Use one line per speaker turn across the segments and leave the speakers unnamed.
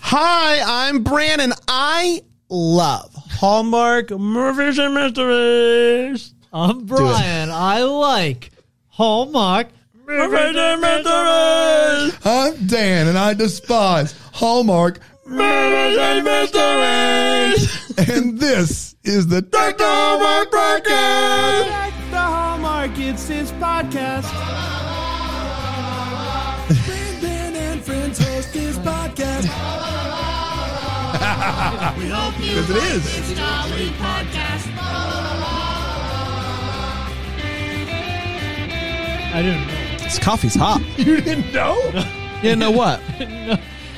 Hi, I'm Brandon. I love Hallmark movies and mysteries.
I'm Brian. I like Hallmark.
Movies and mysteries.
I'm Dan, and I despise Hallmark.
Movies and mysteries.
And this is the Dark Hallmark Podcast.
The Hallmark It's His podcast. Brandon and friends host his podcast.
Because it is.
I didn't know.
This coffee's hot.
You didn't know?
You didn't know what?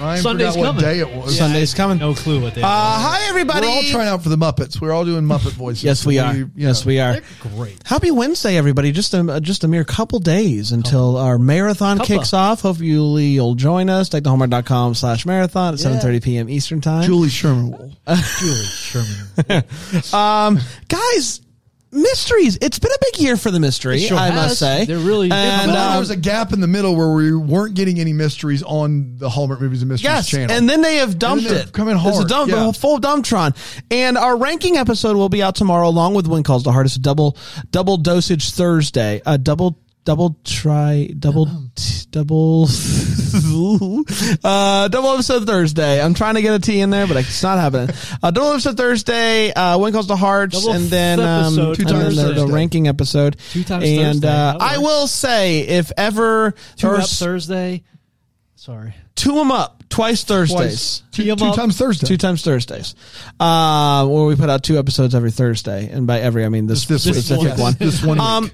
Ryan
Sunday's
forgot
coming.
what day it was.
Sunday's coming.
No clue what they
Uh,
are.
hi, everybody.
We're all trying out for the Muppets. We're all doing Muppet voices.
Yes, we are.
you
yes,
know.
we are.
They're great.
Happy Wednesday, everybody! Just a uh, just a mere couple days until our marathon
Couple.
kicks off. Hopefully, you'll, you'll join us. TechTheHallmark.com slash marathon at seven thirty p.m. Eastern time.
Julie Sherman will.
Julie Sherman.
Um, guys, mysteries. It's been a big year for the mystery.
It sure
I must
has.
say,
They're really-
and,
Well, there
um,
was a gap in the middle where we weren't getting any mysteries on the Hallmark Movies and Mysteries
Yes,
channel.
and then they have dumped
And then they're
it.
coming
It's a
hard,
dump,
yeah.
a full dumptron. And our ranking episode will be out tomorrow, along with Wind Calls the Hardest Double Double Dosage Thursday. A double double try double t- double uh double episode thursday i'm trying to get a t in there but it's not happening uh double episode thursday uh when calls the hearts
Double
and then
th-
um
episode
and then the, the
Thursday.
ranking episode
Two times
and
Thursday.
uh
That
i
works.
will say if ever
Two
or
up
s-
Thursday. Sorry.
two 'em up twice thursdays
Twice, two,
Team
two
up.
times Thursday.
Two times Thursdays, uh, where we put out two episodes every Thursday, and by every I mean this,
this week.
specific
Yes,
one.
This one. week.
Um,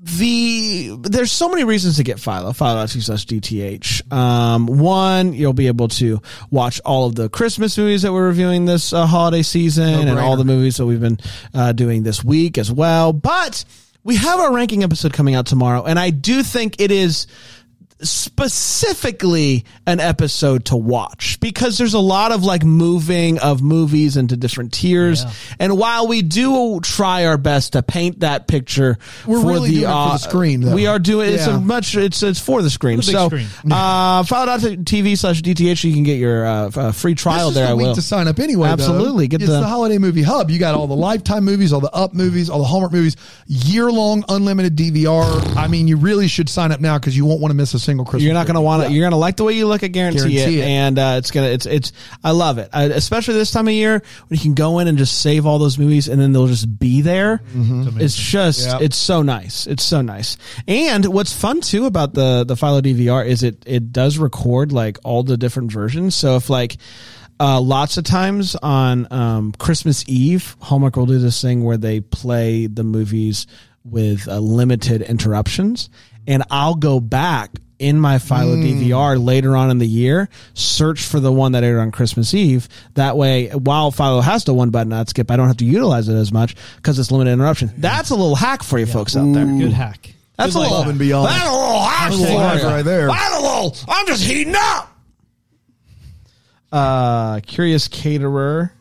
the there's so many reasons to get Philo. Philo.tv slash DTH. Um, one, you'll be able to watch all of the Christmas movies that we're reviewing this uh, holiday season and all the movies that we've been uh, doing this week as well. But we have our ranking episode coming out tomorrow, and I do think it is specifically an episode to watch because there's a lot of like moving of movies into different tiers
Yeah.
and while we do try our best to paint that picture uh,
We're really doing it for the screen, though.
we are doing it's
Yeah.
a much it's it's for the screen
For the big
so
screen.
uh follow.tv slash dth you can get your uh, f- uh, free trial
this is
there
the
i
week
will
to sign up anyway. though.
Absolutely. Get
it's
the-
the, holiday movie hub. You got all the Lifetime movies, all the Up movies, all the Hallmark movies, year long unlimited DVR. I mean, you really should sign up now because you won't want to miss a single Christmas.
You're not going to
movie.
want to. You're going to like the way you look. I guarantee,
Guarantee
it.
it.
And uh, it's gonna. It's it's. I love it, I, especially this time of year when you can go in and just save all those movies, and then they'll just be there.
Mm-hmm.
It's just.
Yep.
It's so nice. It's so nice. And what's fun too about the the Philo DVR is it it does record like all the different versions. So if like. Uh, lots of times on um, Christmas Eve, Hallmark will do this thing where they play the movies with uh, limited interruptions, and I'll go back in my Philo
Hmm.
DVR later on in the year, search for the one that aired on Christmas Eve. That way, while Philo has the one button not skip, I don't have to utilize it as much because it's limited interruption. That's a little hack for you folks out there.
Good hack.
That's a little
Good like
Above and beyond.
That's a little hack,
That's a little
for
hack
you.
right there.
That's a little. I'm just heating up. Uh, curious caterer.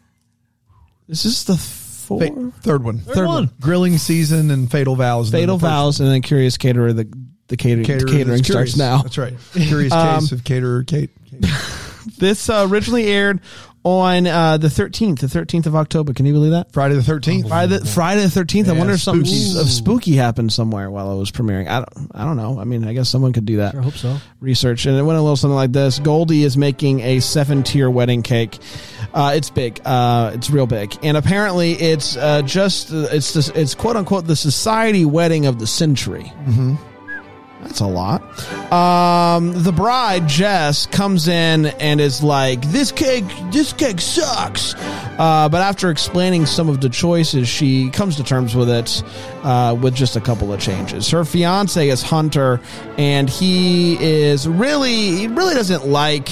Is this the four?
Fa- third one.
Third one. one.
Grilling season and Fatal Vows. and then
Fatal
the first
Vows, and then Curious Caterer. The the catering,
caterer
the
that's
catering
curious.
starts now. Um,
That's right. Curious case of caterer Kate.
This uh, originally aired on uh, the thirteenth, the thirteenth of October. Can you believe that?
Friday the thirteenth.
Friday, the, Friday the thirteenth. I
Yeah,
wonder if something
spooky.
of spooky happened somewhere while it was premiering. I don't. I don't know. I mean, I guess someone could do that.
I hope so.
research, and it went a little something like this: Goldie is making a seven-tier wedding cake. Uh, it's big. Uh, it's real big, and apparently, it's uh, just it's this, it's quote unquote the society wedding of the century. Mm-hmm. That's a lot. Um, the bride Jess comes in and is like, "This cake, this cake sucks." Uh, but after explaining some of the choices, she comes to terms with it, uh, with just a couple of changes. Her fiance is Hunter, and he is really, he really doesn't like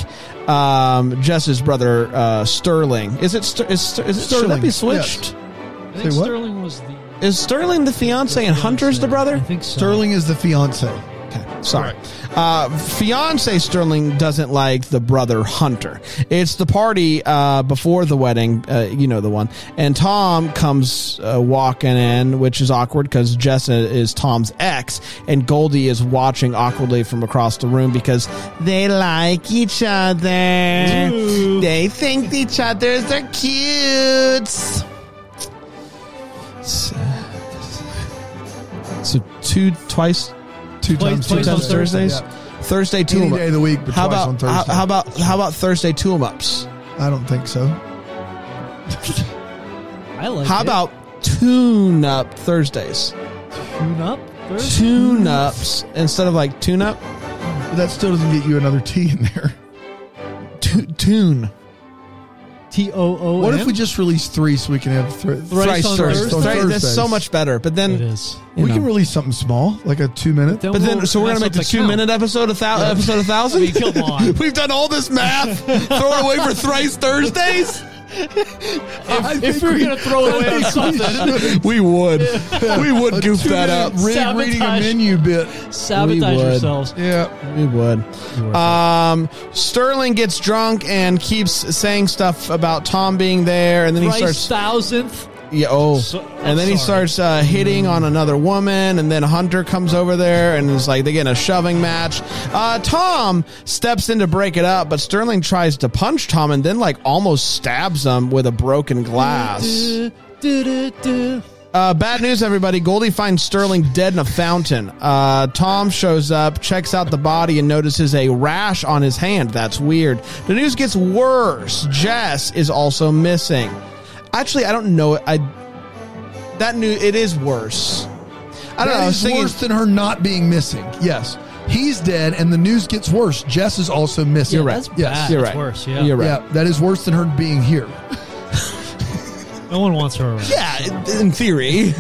um, Jess's brother uh, Sterling. Is it Ster- is, Ster- is it, should that
Sterling,
be
yes.
switched?
I think
Say what?
Sterling was the.
Is Sterling the fiance and Hunter's the brother?
I think so.
Sterling is the fiance.
Okay, sorry. Uh, fiance Sterling doesn't like the brother Hunter. It's the party uh, before the wedding, uh, you know the one. And Tom comes uh, walking in, which is awkward because Jess is Tom's ex, and Goldie is watching awkwardly from across the room because they like each other. They think each other's are cute. So two twice, two
Twice-
times, two
twice on
times Thursdays.
Thursday,
Thursday two
Any day of the week, but
how
twice
about
on Thursday.
How, how about how about Thursday two em ups?
I don't think so.
I like
How
it.
about tune up Thursdays?
Tune up? Thursday?
Tune ups instead of like tune up,
But that still doesn't get you another T in there.
Tu- tune.
T O O.
What if we just release three so we can have thr-
Thrice
Thrice
on
Thursdays.
Thursdays?
Thrice- That's so
Thursdays.
much better. But then,
It is.
you
We
know.
can release something small, like a two minute.
But then, so we're gonna make the two minute episode a thou- episode a thousand.
I mean, come on.
We've done all this math. Throw it away for thrice Thursdays.
If, if we were gonna throw it away on something,
We would. We would goof that up.
Re- reading a
Sabotage.
menu bit.
sabotage
We would.
yourselves.
Yeah.
We would. Um, Sterling gets drunk and keeps saying stuff about Tom being there, and then he
Thrice
starts.
thousandth.
Yeah, oh,
So- I'm
and then he
sorry.
starts uh, hitting on another woman, and then Hunter comes over there, and it's like they get in a shoving match. Uh, Tom steps in to break it up, but Sterling tries to punch Tom, and then like almost stabs him with a broken glass.
Du- du- du- du.
Uh, bad news, everybody. Goldie finds Sterling dead in a fountain. Uh, Tom shows up, checks out the body, and notices a rash on his hand. That's weird. The news gets worse. Jess is also missing. Actually, I don't know. I that new it is worse. I don't know. I
That
was
is
thinking,
worse than her not being missing. Yes. He's dead, and the news gets worse. Jess is also missing.
You're right.
That's
Yes.
bad.
You're
It's
right.
worse, yeah.
You're right.
Yeah, that is worse than her being here.
No one wants her around.
Yeah, in theory.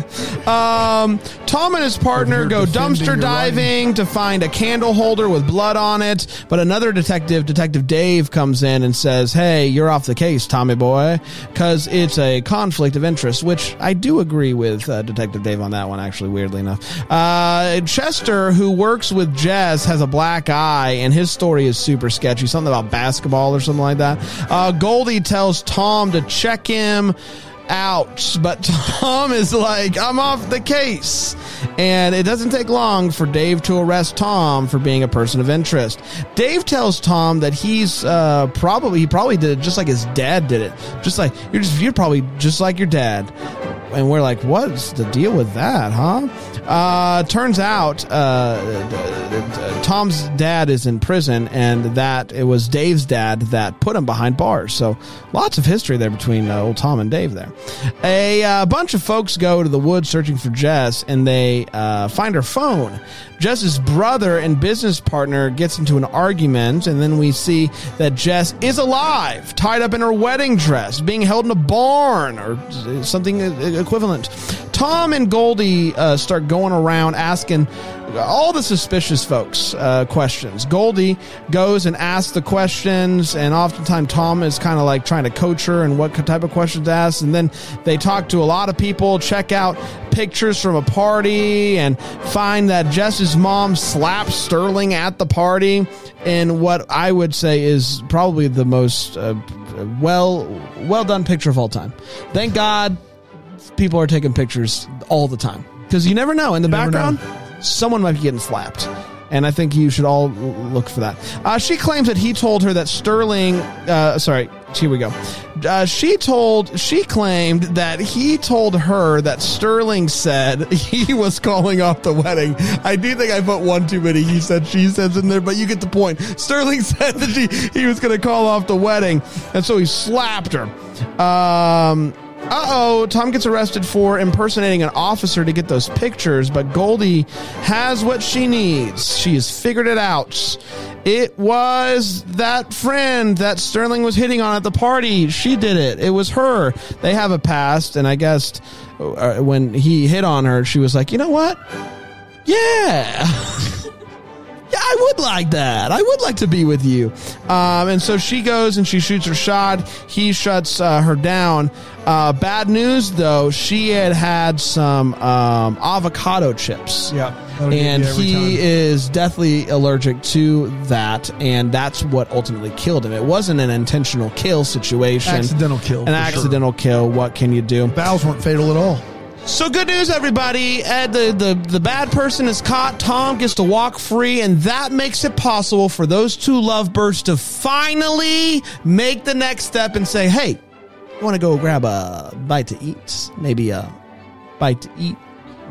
Um, Tom and his partner
Over here
go
defending
dumpster
your
diving to find a candle holder with blood on it, but another detective, Detective Dave, comes in and says, Hey, you're off the case, Tommy boy, because it's a conflict of interest, which I do agree with uh, Detective Dave on that one, actually, weirdly enough. Uh, Chester, who works with Jess, has a black eye, and his story is super sketchy something about basketball or something like that. Uh, Goldie tells Tom to check him out. But Tom is like, I'm off the case. And it doesn't take long for Dave to arrest Tom for being a person of interest. Dave tells Tom that he's uh, probably, he probably did it just like his dad did it. Just like, you're just, you're probably just like your dad. And we're like, what's the deal with that, huh? Uh, turns out uh, d- d- d- Tom's dad is in prison, and that it was Dave's dad that put him behind bars. So lots of history there between uh, old Tom and Dave there. A uh, bunch of folks go to the woods searching for Jess, and they uh, find her phone. Jess's brother and business partner gets into an argument, and then we see that Jess is alive, tied up in her wedding dress, being held in a barn or something e-, equivalent. Tom and Goldie uh, start going around asking all the suspicious folks uh, questions. Goldie goes and asks the questions, and oftentimes Tom is kind of like trying to coach her and what type of questions to ask. And then they talk to a lot of people, check out pictures from a party, and find that Jess's mom slapped Sterling at the party in what I would say is probably the most uh, well well done picture of all time. Thank God people are taking pictures all the time because you never know in the
never
background someone might be getting slapped and i think you should all l- look for that uh, she claims that he told her that sterling uh, sorry here we go uh, she told she claimed that he told her that sterling said he was calling off the wedding i do think i put one too many he said she says in there but you get the point sterling said that she, he was going to call off the wedding and so he slapped her um, uh oh, Tom gets arrested for impersonating an officer to get those pictures, but Goldie has what she needs. She has figured it out. It was that friend that Sterling was hitting on at the party. She did it. It was her. They have a past, and I guess uh, when he hit on her, she was like, you know what? Yeah. yeah, I would like that. I would like to be with you. Um, and so she goes and she shoots her shot. He shuts uh, her down. Uh, bad news though, she had had some um, avocado chips.
Yeah, that'll get
And
you every
he
time.
is deathly allergic to that, and that's what ultimately killed him. It wasn't an intentional kill situation.
Accidental kill,
An
for sure.
accidental kill. What can you do?
Bows weren't fatal at all.
So good news, everybody. Ed, the, the, the bad person is caught. Tom gets to walk free, and that makes it possible for those two lovebirds to finally make the next step and say, hey, you want to go grab a bite to eat? Maybe a bite to eat.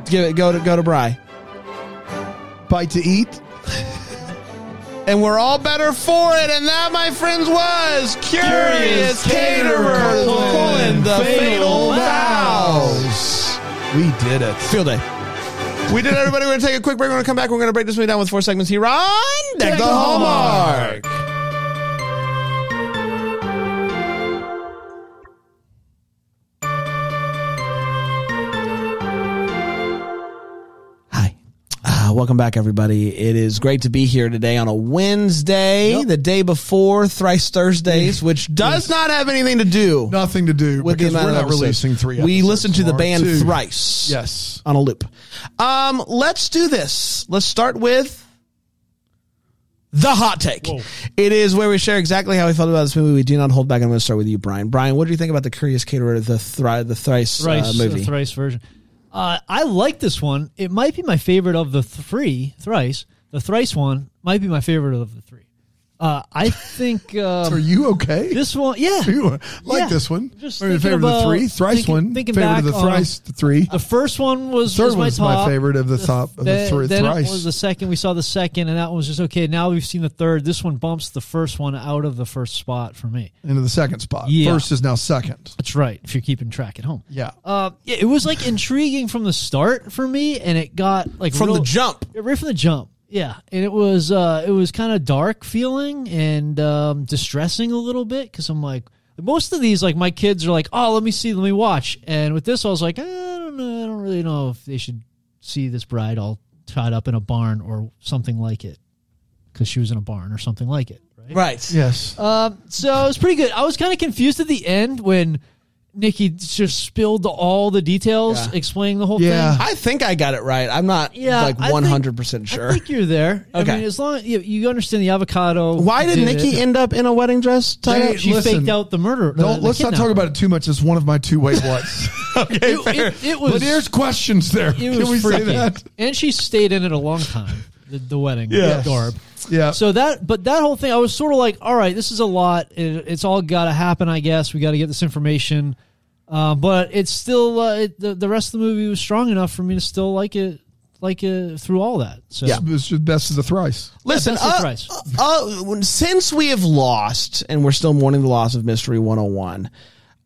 Give it, go to go to Bry,
Bite to eat.
and we're all better for it. And that, my friends, was curious, caterer, colon, the fatal vows.
We did it.
Field day. We did it, everybody. We're going to take a quick break. We're going to come back. We're going to break this movie down with four segments here on Deck, the Hallmark. Hi. Uh, welcome back, everybody. It is great to be here today on a Wednesday, the day before Thrice Thursdays, which does not have anything to do
Nothing to do
with the
because
amount
we're
of
not
episodes.
releasing three.
We
episodes
listened to the
tomorrow.
band
Two.
thrice.
Yes.
on a loop. Um, let's do this. Let's start with the hot take. It is where we share exactly how we felt about this movie. We do not hold back. I'm going to start with you, Brian. Brian, what do you think about the Curious Caterer, the thri- the thrice, uh,
thrice,
movie?
the thrice version. Uh, I like this one. It might be my favorite of the three. Thrice, the thrice one might be my favorite of the three. Uh, I think
Are
um,
you okay?
this one, yeah,
You like
Yeah.
this one?
Just
Or in
thinking
favor of the
about-
three, thrice
thinking-
one.
thinking
favor
back
of the
on-
thrice, the three.
The first one was
Third
was my
one's my
top.
favorite of the top of the
th-
thri-
then
thrice.
it was the second. We saw the second, and that one was just okay. Now we've seen the third. This one bumps the first one out of the first spot for me.
into the second spot.
Yeah.
First is now second.
That's right. If you're keeping track at home.
Yeah.
Uh, yeah, it was like intriguing from the start for me, and it got like
From the
real-
jump.
Yeah, right from the jump. Yeah, and it was uh, it was kind of dark feeling and um, distressing a little bit because I'm like most of these like my kids are like oh let me see let me watch and with this I was like I don't know I don't really know if they should see this bride all tied up in a barn or something like it because she was in a barn or something like it right.
Right.
Yes.
Um, so it was pretty good. I was kind of confused at the end when Nikki just spilled all the details,
Yeah.
explaining the whole
Yeah.
thing.
I think I got it right. I'm not
Yeah,
like
I think-
100% sure.
I think you're there.
Okay.
I mean, as long you, you understand the avocado.
Why did
it.
Nikki end up in a wedding dress tied
Hey,
up?
She
listen,
faked out the murder. the-
Don't,
the
let's not talk
kidnapper.
about it too much. It's one of my two wait whats.
Okay,
It, it, it was.
but there's questions there.
it
Can
was
we say
freaking.
that?
And she stayed in it a long time. The, the wedding.
Yeah.
the garb.
Yeah.
So that, but that whole thing, I was sort of like, all right, this is a lot. It, it's all got to happen, I guess. We got to get this information. Uh, but it's still uh, it, the the rest of the movie was strong enough for me to still like it, like it through all that. So
It was just best of the thrice.
Listen,
that's the
uh,
price.
uh, since we have lost, and we're still mourning the loss of Mystery 101,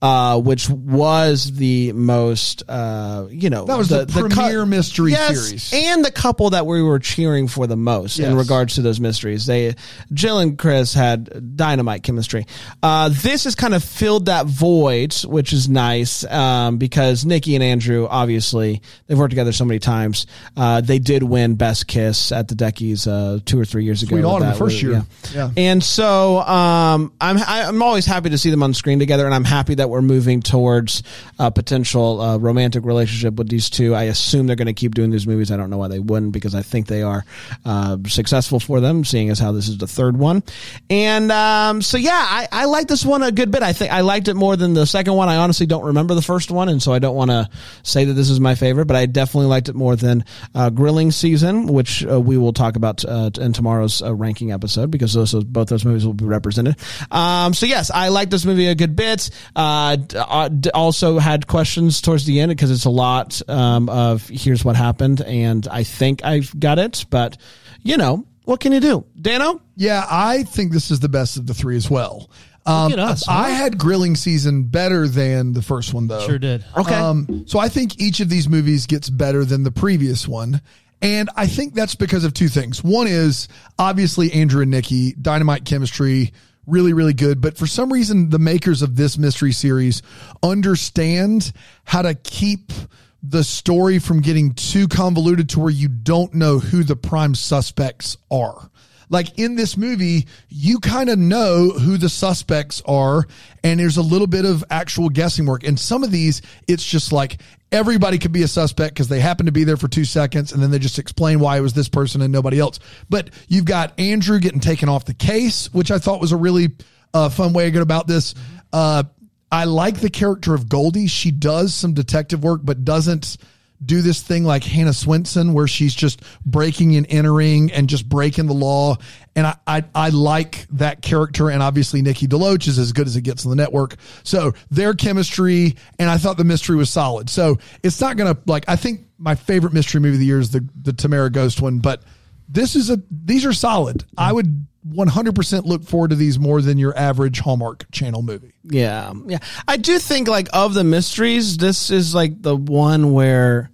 uh, which was the most, uh, you know,
That was the premier mystery series.
and the couple that we were cheering for the most in
Yes.
regards to those mysteries. They, Jill and Chris had dynamite chemistry. Uh, this has kind of filled that void, which is nice um, because Nikki and Andrew, obviously, they've worked together so many times. Uh, they did win Best Kiss at the Deckies uh, two or three years ago.
Sweet Autumn,
That
the first
was-
year. Yeah.
and so um, I'm I, I'm always happy to see them on screen together, and I'm happy that we're moving towards a potential uh, romantic relationship with these two. I assume they're going to keep doing these movies. I don't know why they wouldn't, because I think they are uh, successful for them, seeing as how this is the third one. And um, so yeah, I, I like this one a good bit. I think I liked it more than the second one. I honestly don't remember the first one, and so I don't want to say that this is my favorite, but I definitely liked it more than uh, Grilling Season, which uh, we will talk about uh, in tomorrow's uh, ranking episode because those those- both those movies will be represented. Um, so yes, I liked this movie a good bit. Uh, d- uh, d- also had questions towards the end because it's a lot um, of here's what happened, and I think I got it, but you know. What can you do, Dano?
Yeah, I think this is the best of the three as well. Um,
at us, huh?
I had grilling season better than the first one, though.
Sure did.
Okay.
Um, so I think each of these movies gets better than the previous one. And I think that's because of two things. One is obviously Andrew and Nikki, dynamite chemistry, really, really good. But for some reason, the makers of this mystery series understand how to keep the story from getting too convoluted to where you don't know who the prime suspects are. Like in this movie, you kind of know who the suspects are, and there's a little bit of actual guessing work. And some of these, it's just like everybody could be a suspect because they happen to be there for two seconds and then they just explain why it was this person and nobody else. But you've got Andrew getting taken off the case, which I thought was a really uh, fun way to go about this. Uh, I like the character of Goldie. She does some detective work, but doesn't do this thing like Hannah Swenson where she's just breaking and entering and just breaking the law. And I, I, I like that character. And obviously Nikki DeLoach is as good as it gets on the network. So their chemistry and I thought the mystery was solid. So it's not going to like, I think my favorite mystery movie of the year is the, the Tamara ghost one, but this is a, these are solid. I would 100% look forward to these more than your average Hallmark channel movie.
Yeah, yeah. I do think like of the mysteries, this is like the one where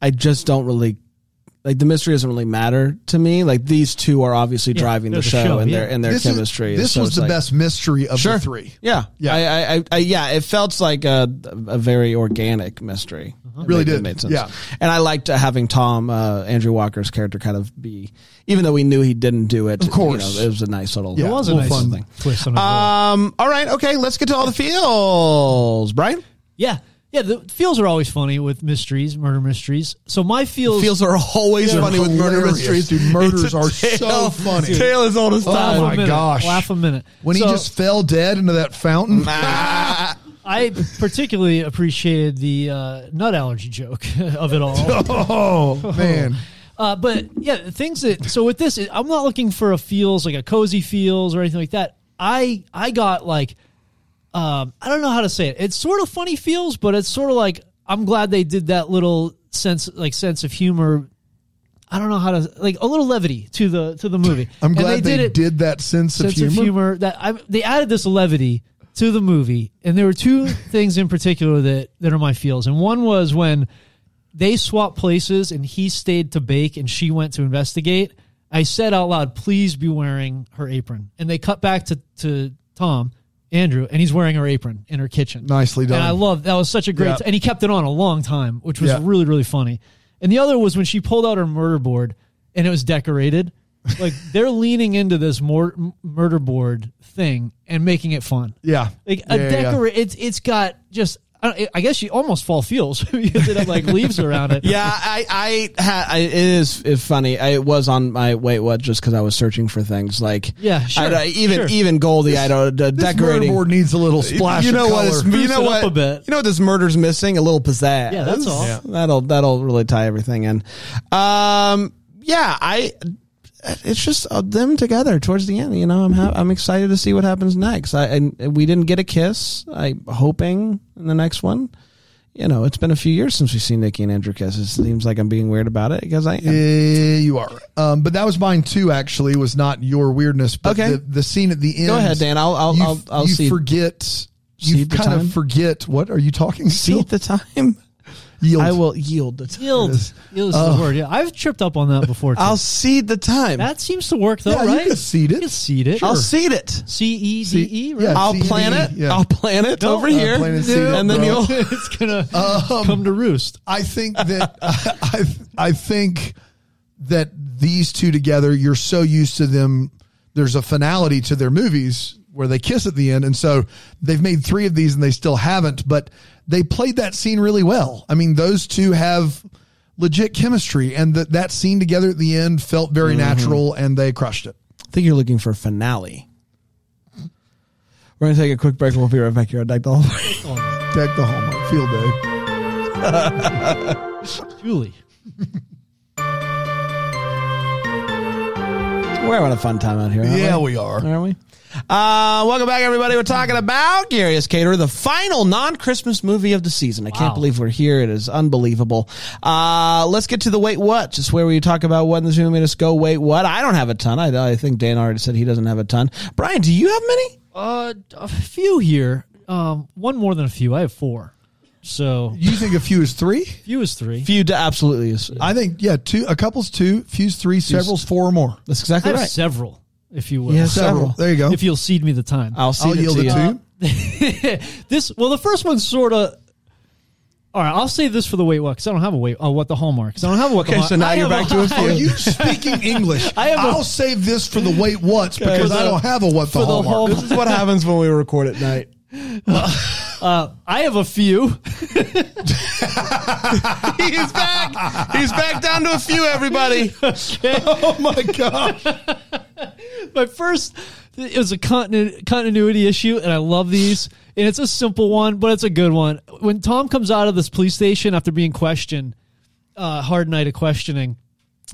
I just don't really like the mystery doesn't really matter to me. Like these two are obviously driving
they're
the
the
show,
show,
and
yeah.
their and their
This is-
chemistry.
this
So
was
it's
the
like-
best mystery of
Sure.
the three.
Yeah,
Yeah.
I, I, I, I, yeah. It felt like a, a very organic mystery.
Uh-huh.
It
Really
made- it
did.
made sense.
Yeah.
and I liked uh, having Tom uh, Andrew Walker's character kind of be, even though we knew he didn't do it. Of
course.
it was a nice little.
Yeah.
It was a
Little
nice
fun Uh,
thing.
twist on it.
Um. All right. Okay. Let's get to all the feels, Brian.
yeah. Yeah, the feels are always funny with mysteries, murder mysteries. So my feels,
Feels are always funny with murder
hilarious,
mysteries.
dude. Murders
It's a
are so funny.
Tale as old as
laugh
time.
a
oh my
minute,
gosh.
laugh a minute.
When
So-
he just fell dead into that fountain.
Ah.
I particularly appreciated the uh, nut allergy joke of it all.
Oh man.
Uh, but yeah, things that so with this, I'm not looking for a feels like a cozy feels or anything like that. I I got like um, I don't know how to say it. It's sort of funny feels, but it's sort of like I'm glad they did that little sense like sense of humor. I don't know how to like a little levity to the to the movie.
I'm
And
glad they, did,
it-
that sense,
sense
of humor.
that I, they added this levity to the movie and there were two things in particular that, that are my feels and one was when they swapped places and he stayed to bake and she went to investigate i said out loud please be wearing her apron and they cut back to, to tom andrew and he's wearing her apron in her kitchen
Nicely done.
and i love that was such a great
Yeah.
and he kept it on a long time which was
Yeah.
really really funny and the other was when she pulled out her murder board and it was decorated like they're leaning into this mor- m- murder board thing and making it fun
yeah.
like
Yeah,
a
yeah, yeah.
decorate it's it's got just I, don't- I guess you almost fall feels because it had like leaves around it
Yeah, I, I, ha, I it is it's funny. I, it was on my wait what just because I was searching for things like
Yeah, sure,
I don't- even
sure.
even Goldie, I don't uh,
This murder
decorating.
board needs a little splash.
you know
of
what?
color.
It's, you
Spruce
know
it
what?
up a bit.
You know what? This murder's missing a little pizzazz.
Yeah, that's all. Yeah.
That'll that'll really tie everything in. Um, yeah, I. It's just uh, them together towards the end. You know, I'm ha- I'm excited to see what happens next. I and we didn't get a kiss. I'm hoping in the next one. You know, it's been a few years since we've seen Nikki and Andrew kiss. It seems like I'm being weird about it because I am.
Yeah, you are. Um, but that was mine too. Actually, was not your weirdness. But
Okay.
The, the scene at the end.
Go ahead, Dan. I'll I'll
you,
I'll, I'll
you
see
forget.
see
You
the
kind
time.
of forget. What are you talking?
see
Still?
the time.
Yield.
I will yield the time.
yield yield is
Oh.
the word yeah i've tripped up on that before too.
I'll see the time.
that seems to work though
Yeah, you
right
can seed it.
You can seed it
I'll see it.
c-e-d-e E, right
E yeah.
I'll
CD,
plan it.
yeah.
I'll plan it
Don't,
over
uh,
here,
plan and seed it,
and then
bro.
you'll.
it's gonna
Uh,
come to roost
Um, I think that I I think that these two together, you're so used to them. There's a finality to their movies where they kiss at the end, and so they've made three of these and they still haven't. But they played that scene really well. I mean, those two have legit chemistry, and that that scene together at the end felt very natural, and they crushed it.
I think you're looking for finale. We're gonna take a quick break. We'll be right back here on Deck the Hall.
Deck the hallmark field day.
julie
We're having a fun time out here. Aren't
Yeah,
we?
we are.
Aren't we? Uh, welcome back, everybody. We're talking about Garius Cater, the final non-Christmas movie of the season. I can't
Wow.
believe we're here. It is unbelievable. Uh, let's get to the wait what, just where we talk about what in this movie made us go wait what. I don't have a ton. I, I think Dan already said he doesn't have a ton. Brian, do you have many?
Uh, a few here. Um, one more than a few. I have four. So
You think a few is three?
few is three.
Few to absolutely. is-
I think yeah, two. A couple's two, few's three, several's four or more.
That's
I
exactly
have
right.
several, if you will.
Yes. Several.
Several. There you go.
If you'll seed me the time.
I'll see
I'll
the
yield it
to you.
to you.
this well, the first one's sort of All right, I'll save this for the wait what because I don't have a wait. Oh, what the hallmark? 'cause I don't have a what. the
Okay,
Hall-
so now
I
you're
have a
back to a Oh,
Are
few.
you speaking English?
I have a-
I'll save this for the wait what's because
For the-
I don't have a what the
for the
hallmark.
hall-
This is what happens when we record at night.
Uh, I have a few.
He's back. He's back down to a few. Everybody.
oh my gosh.
My first it was a continu- continuity issue, and I love these. And it's a simple one, but it's a good one. When Tom comes out of this police station after being questioned, uh, hard night of questioning,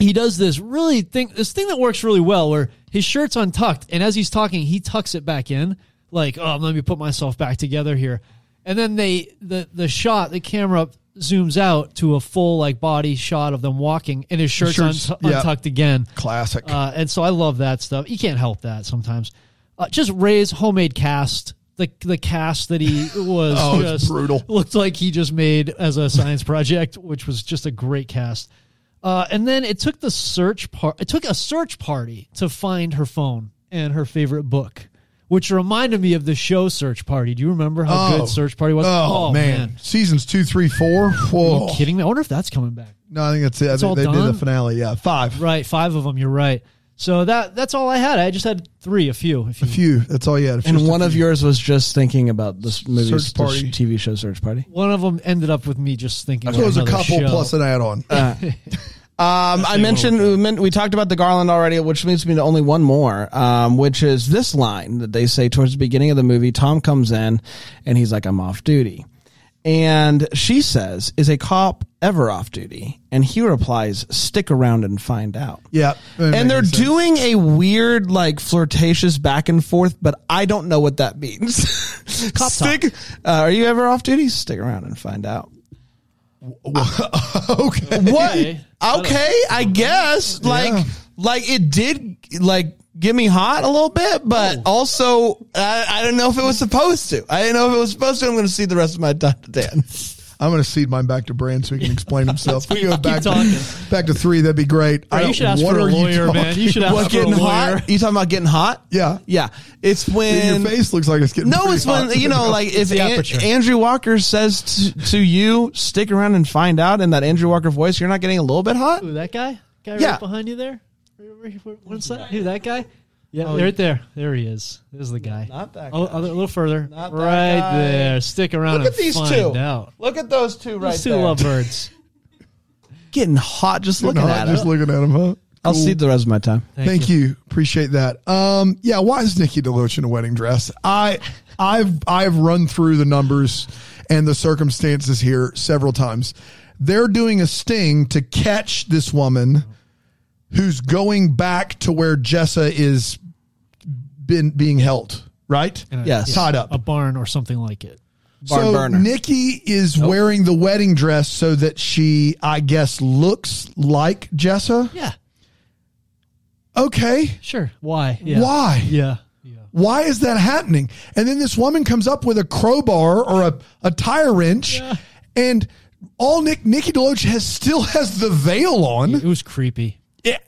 he does this really thing, this thing that works really well, where his shirt's untucked, and as he's talking, he tucks it back in, like, "Oh, let me put myself back together here." And then they the the shot, the camera zooms out to a full like body shot of them walking, and his shirt's,
Shirt's-
unt-
yeah.
untucked again.
Classic.
Uh, and so I love that stuff. You can't help that sometimes. Uh, just Ray's homemade cast, the the cast that he was
Oh, it's
just
brutal.
looked like he just made as a science project, which was just a great cast. Uh, and then it took the search part. It took a search party to find her phone and her favorite book, which reminded me of the show Search Party. Do you remember how
Oh.
good Search Party was?
oh, man. Oh. Seasons two, three, four.
Are
Whoa.
you kidding me? I wonder if that's coming back.
No, I think that's it. I
all
think they did
done?
the finale. Yeah. Five.
Right, five of them. You're right. So that that's all I had. I just had three, a few, if you
Few. That's all you had.
And one of yours was just thinking about this movie,
Search Party.
TV show Search Party.
One of them ended up with me just thinking.
So it was a
another
couple
show.
plus an add on.
Uh, Um, I
one
mentioned we, men- we talked about the Garland already, which leads me to only one more, um, which is this line that they say towards the beginning of the movie. Tom comes in, and he's like, "I'm off duty," and she says, "Is a cop ever off duty?" And he replies, "Stick around and find out."
yeah.
And they're
Makes sense.
doing a weird, like flirtatious back and forth, but I don't know what that means.
Cop
Stick, uh, are you ever off duty? Stick around and find out.
okay.
What?
Okay.
Okay, I guess. Like, like it did, like get me hot a little bit,
Oh.
but also I, I don't know if it was supposed to. I didn't know if it was supposed to. I'm going to see the rest of my time to Dan.
I'm going to cede mine back to Brand so he can explain himself. If we go
keep
back
talking.
to, back to three. That'd be great. I
Right, you
don't-
should ask
what
for a
are you
lawyer, man.
talking
You should ask
about?
What
for a
getting
lawyer.
hot? You talking about getting hot?
Yeah.
yeah. It's
Your
when
face looks like it's getting.
No,
pretty
it's when
hot.
you know, like if
the
An-
aperture.
Andrew Walker says to, to you, stick around and find out in that Andrew Walker voice, you're not getting a little bit hot.
Ooh, that guy, guy
Yeah.
right behind you there. What's that? Who that guy? Yeah,
Oh,
right there. There he is. There's the guy.
Not that
Oh,
guy.
a little further.
Not that
right
guy.
there. Stick around.
Look at
and
these
find
two.
Out.
Look at those two right
These two
there.
lovebirds.
Getting hot just looking
Hot,
at
just
them.
looking at him. Huh?
I'll
Cool.
see the rest of my time.
Thank,
Thank
you.
you. Appreciate that. Um, yeah, why is Nikki DeLoach in a wedding dress? I I've I've run through the numbers and the circumstances here several times. They're doing a sting to catch this woman who's going back to where Jessa is been being held, right?
And a-
Yes.
Tied up.
A barn or something like it.
Barn
so
burner.
Nikki is wearing the wedding dress so that she, I guess, looks like Jessa.
Yeah.
Okay.
Sure. Why? Yeah.
Why?
Yeah. Yeah.
Why is that happening? And then this woman comes up with a crowbar or a, a tire wrench,
Yeah.
and all Nick Nikki DeLoach has still has the veil on,
It was creepy.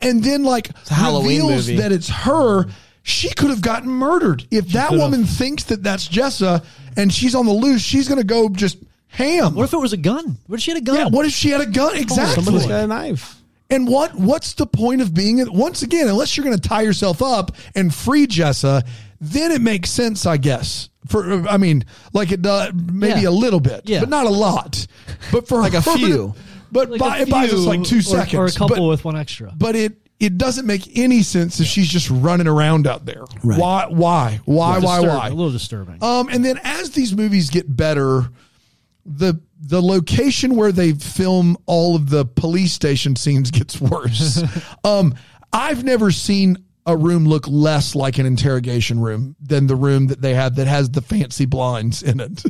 and then like
a Halloween
reveals
movie.
that it's her. She could have gotten murdered if that
could've.
woman thinks that that's Jessa, and she's on the loose. She's gonna go just ham.
What if it was a gun? What if she had a gun?
yeah, what if she had a gun? Exactly.
Somebody's got a knife.
And what what's the point of being in once again, unless you're gonna tie yourself up and free Jessa, then it makes sense, I guess. For I mean, like it does maybe
Yeah.
a little bit,
Yeah.
but not a lot. But for
Like a
her-
few.
But
Like
by,
a
it buys us
few
like two
or-
seconds.
Or a couple
but,
with one extra.
but it it doesn't make any sense if she's just running around out there.
Right.
Why why? Why, why,
Disturbing.
why?
A little disturbing.
Um, and then as these movies get better, the the location where they film all of the police station scenes gets worse. um, I've never seen a room look less like an interrogation room than the room that they have that has the fancy blinds in it.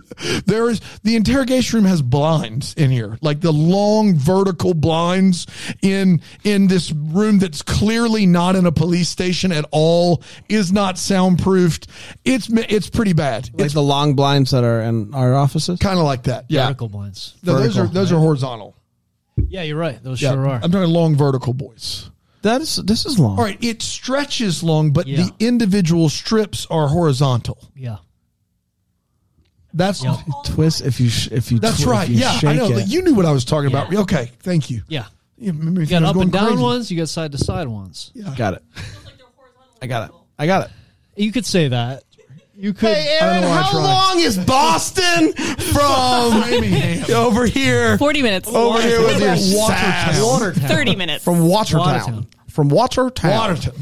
there is the interrogation room has blinds in here, like the long vertical blinds in in this room that's clearly not in a police station at all, is not soundproofed. It's it's pretty bad.
Like
it's
the long blinds that are in our offices.
kind of like that. Yeah.
Vertical blinds.
No, those are
Vertical.
those are horizontal.
Yeah, you're right. Those
Yeah,
sure are.
I'm talking long vertical boys.
That is this is long.
All right, it stretches long, but
Yeah.
the individual strips are horizontal.
yeah.
That's
twist if you sh- if you
that's
twi- if
right.
you
Yeah, I
shake
know.
it.
You knew what I was talking about.
Yeah.
Okay, thank you.
Yeah.
You, remember
You got up and down ones, you got side to side ones.
got it. I got it. I got it.
You could say that. You could.
Hey Aaron,
know why I
how
tried.
long is Boston from over here?
40 minutes.
Over here with your sass.
Watertown.
Watertown.
30 minutes.
from Watertown.
Watertown.
From Watertown.
Watertown.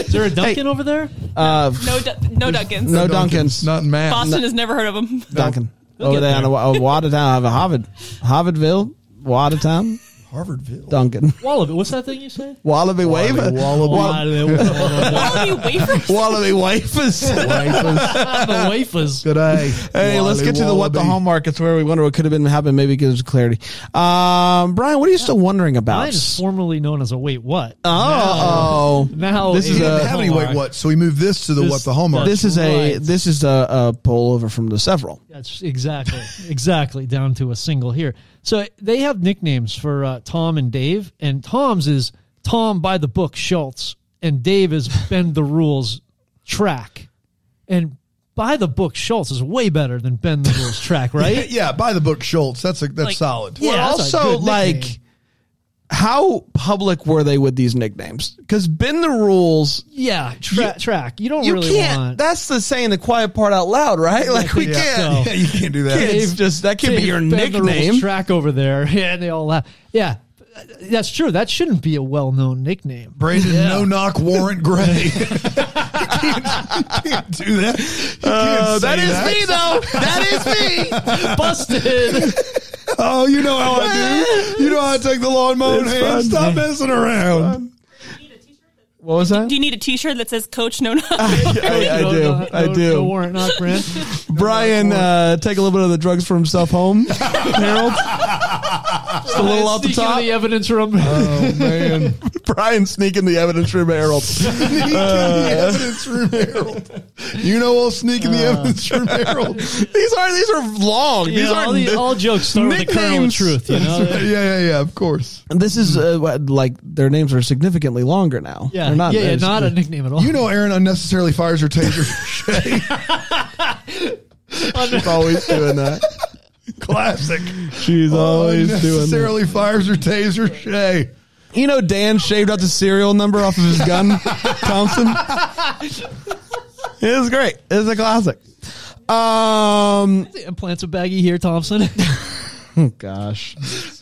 Is there a Duncan over there?
no, du- no Dunkins.
No Dunkins.
Nothing mad.
Boston has never heard of them.
Duncan.
We'll
over
get
there, in
there.
Wa- uh, Watertown, uh, Harvard, Harvardville, Watertown,
Harvardville.
Duncan,
Wallaby. What's that thing you say?
Wallaby Waver, Wa-
Wallaby.
Wallaby wafers.
Wallaby Wafers.
the wafers.
Good day.
Hey, let's get to the what the home markets where we wonder what could have been happened. Maybe gives clarity. Um, Brian, what are you still wondering
Mine
about?
is formerly known as a wait what.
Oh,
now
this is
is
He
a-
didn't have any
Hallmark.
wait what, so we moved this to the
uh, This-
what the hallmark.
this is a
right.
this is a, a poll over from the several.
That's exactly, exactly down to a single here. So they have nicknames for uh, Tom and Dave, and Tom's is Tom by the book Schultz, and Dave is bend the rules track, and by the book Schultz is way better than bend the rules track, right?
yeah, by the book Schultz. That's a that's
Like-
solid.
Yeah,
But
that's a
also
good
like
nickname.
how public were they with these nicknames? Because bend the rules.
yeah, tra- track. You don't
You
really
can't.
want
That's the saying the quiet part out loud, right? Like we
Yeah.
can't.
No.
Yeah, you can't do that.
It's
Dave-
just that can't be
Dave
your
bend the rules
nickname.
Track over there, yeah, and they all laugh. Yeah, that's true. That shouldn't be a well-known nickname.
Brandon,
Yeah.
no knock warrant gray. you, can't, you can't do that. You
Uh,
can't say
that is me though. That is me.
Busted.
Oh, you know how I do. You know how I take the lawnmower in hand. Stop messing around.
What was that?
Do you need a T-shirt that says "Coach No Knock"?
I, I
No,
do.
no,
I
no-
do.
No warrant, not Brent.
Brian, uh, take a little bit of the drugs for himself home. Harold, just a little off the
Sneak into
top. Uh,
the evidence room.
Oh man,
Brian sneaking the evidence room, Harold.
sneak
Uh,
in the evidence room, Harold. You know I'll sneak in
Uh.
the evidence room, Harold.
These are these are long.
Yeah,
these
all,
aren't.
the, all jokes start with the kernel of
nicknames.
truth. You know?
Yeah, yeah, yeah. Of course.
this is uh, what- like their names are significantly longer now.
Yeah,
They're
yeah,
not,
yeah,
they're-
not a nickname at all.
You know Aaron unnecessarily fires her taser.
She's always doing that.
Classic.
She's always doing that.
unnecessarily fires her taser. Shay.
You know, Dan shaved out the serial number off of his gun, Thompson. It was great. It was a classic. Um,
Plants a baggie here, Thompson.
oh gosh.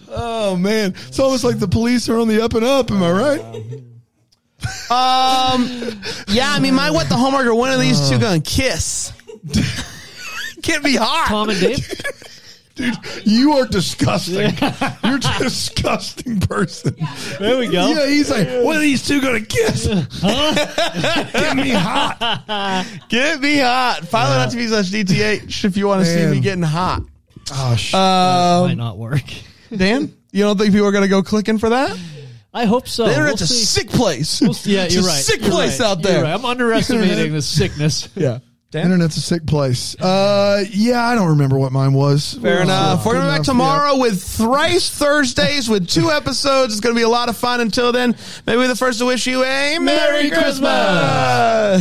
Oh man, it's almost like the police are on the up and up. Am I right?
Um, yeah, I mean, my what the homework are one of these two gonna kiss? Can't be hard.
Tom and Dave.
Dude, you are disgusting. You're a disgusting person.
There we go.
Yeah, he's like, when are these two gonna kiss? Get me hot.
Get me hot. Finally, not to be such DTH if you want to see
Man.
me getting hot.
Oh, sh-
Might
Um,
not work.
Dan, you don't think people are gonna go clicking for that?
I hope so.
The
We'll
internet's a
see.
sick place.
We'll see. Yeah,
It's
you're
a
right.
Sick
You're
place
right.
out
You're
there.
right. I'm underestimating the sickness.
Yeah. Dan.
Internet's a sick place. Uh, yeah, I don't remember what mine was.
Fair
Uh,
enough. We're
good
going back
enough,
tomorrow with thrice Thursdays with two episodes. It's going to be a lot of fun. Until then, maybe we're the first to wish you a Merry
Merry
Christmas.
yeah.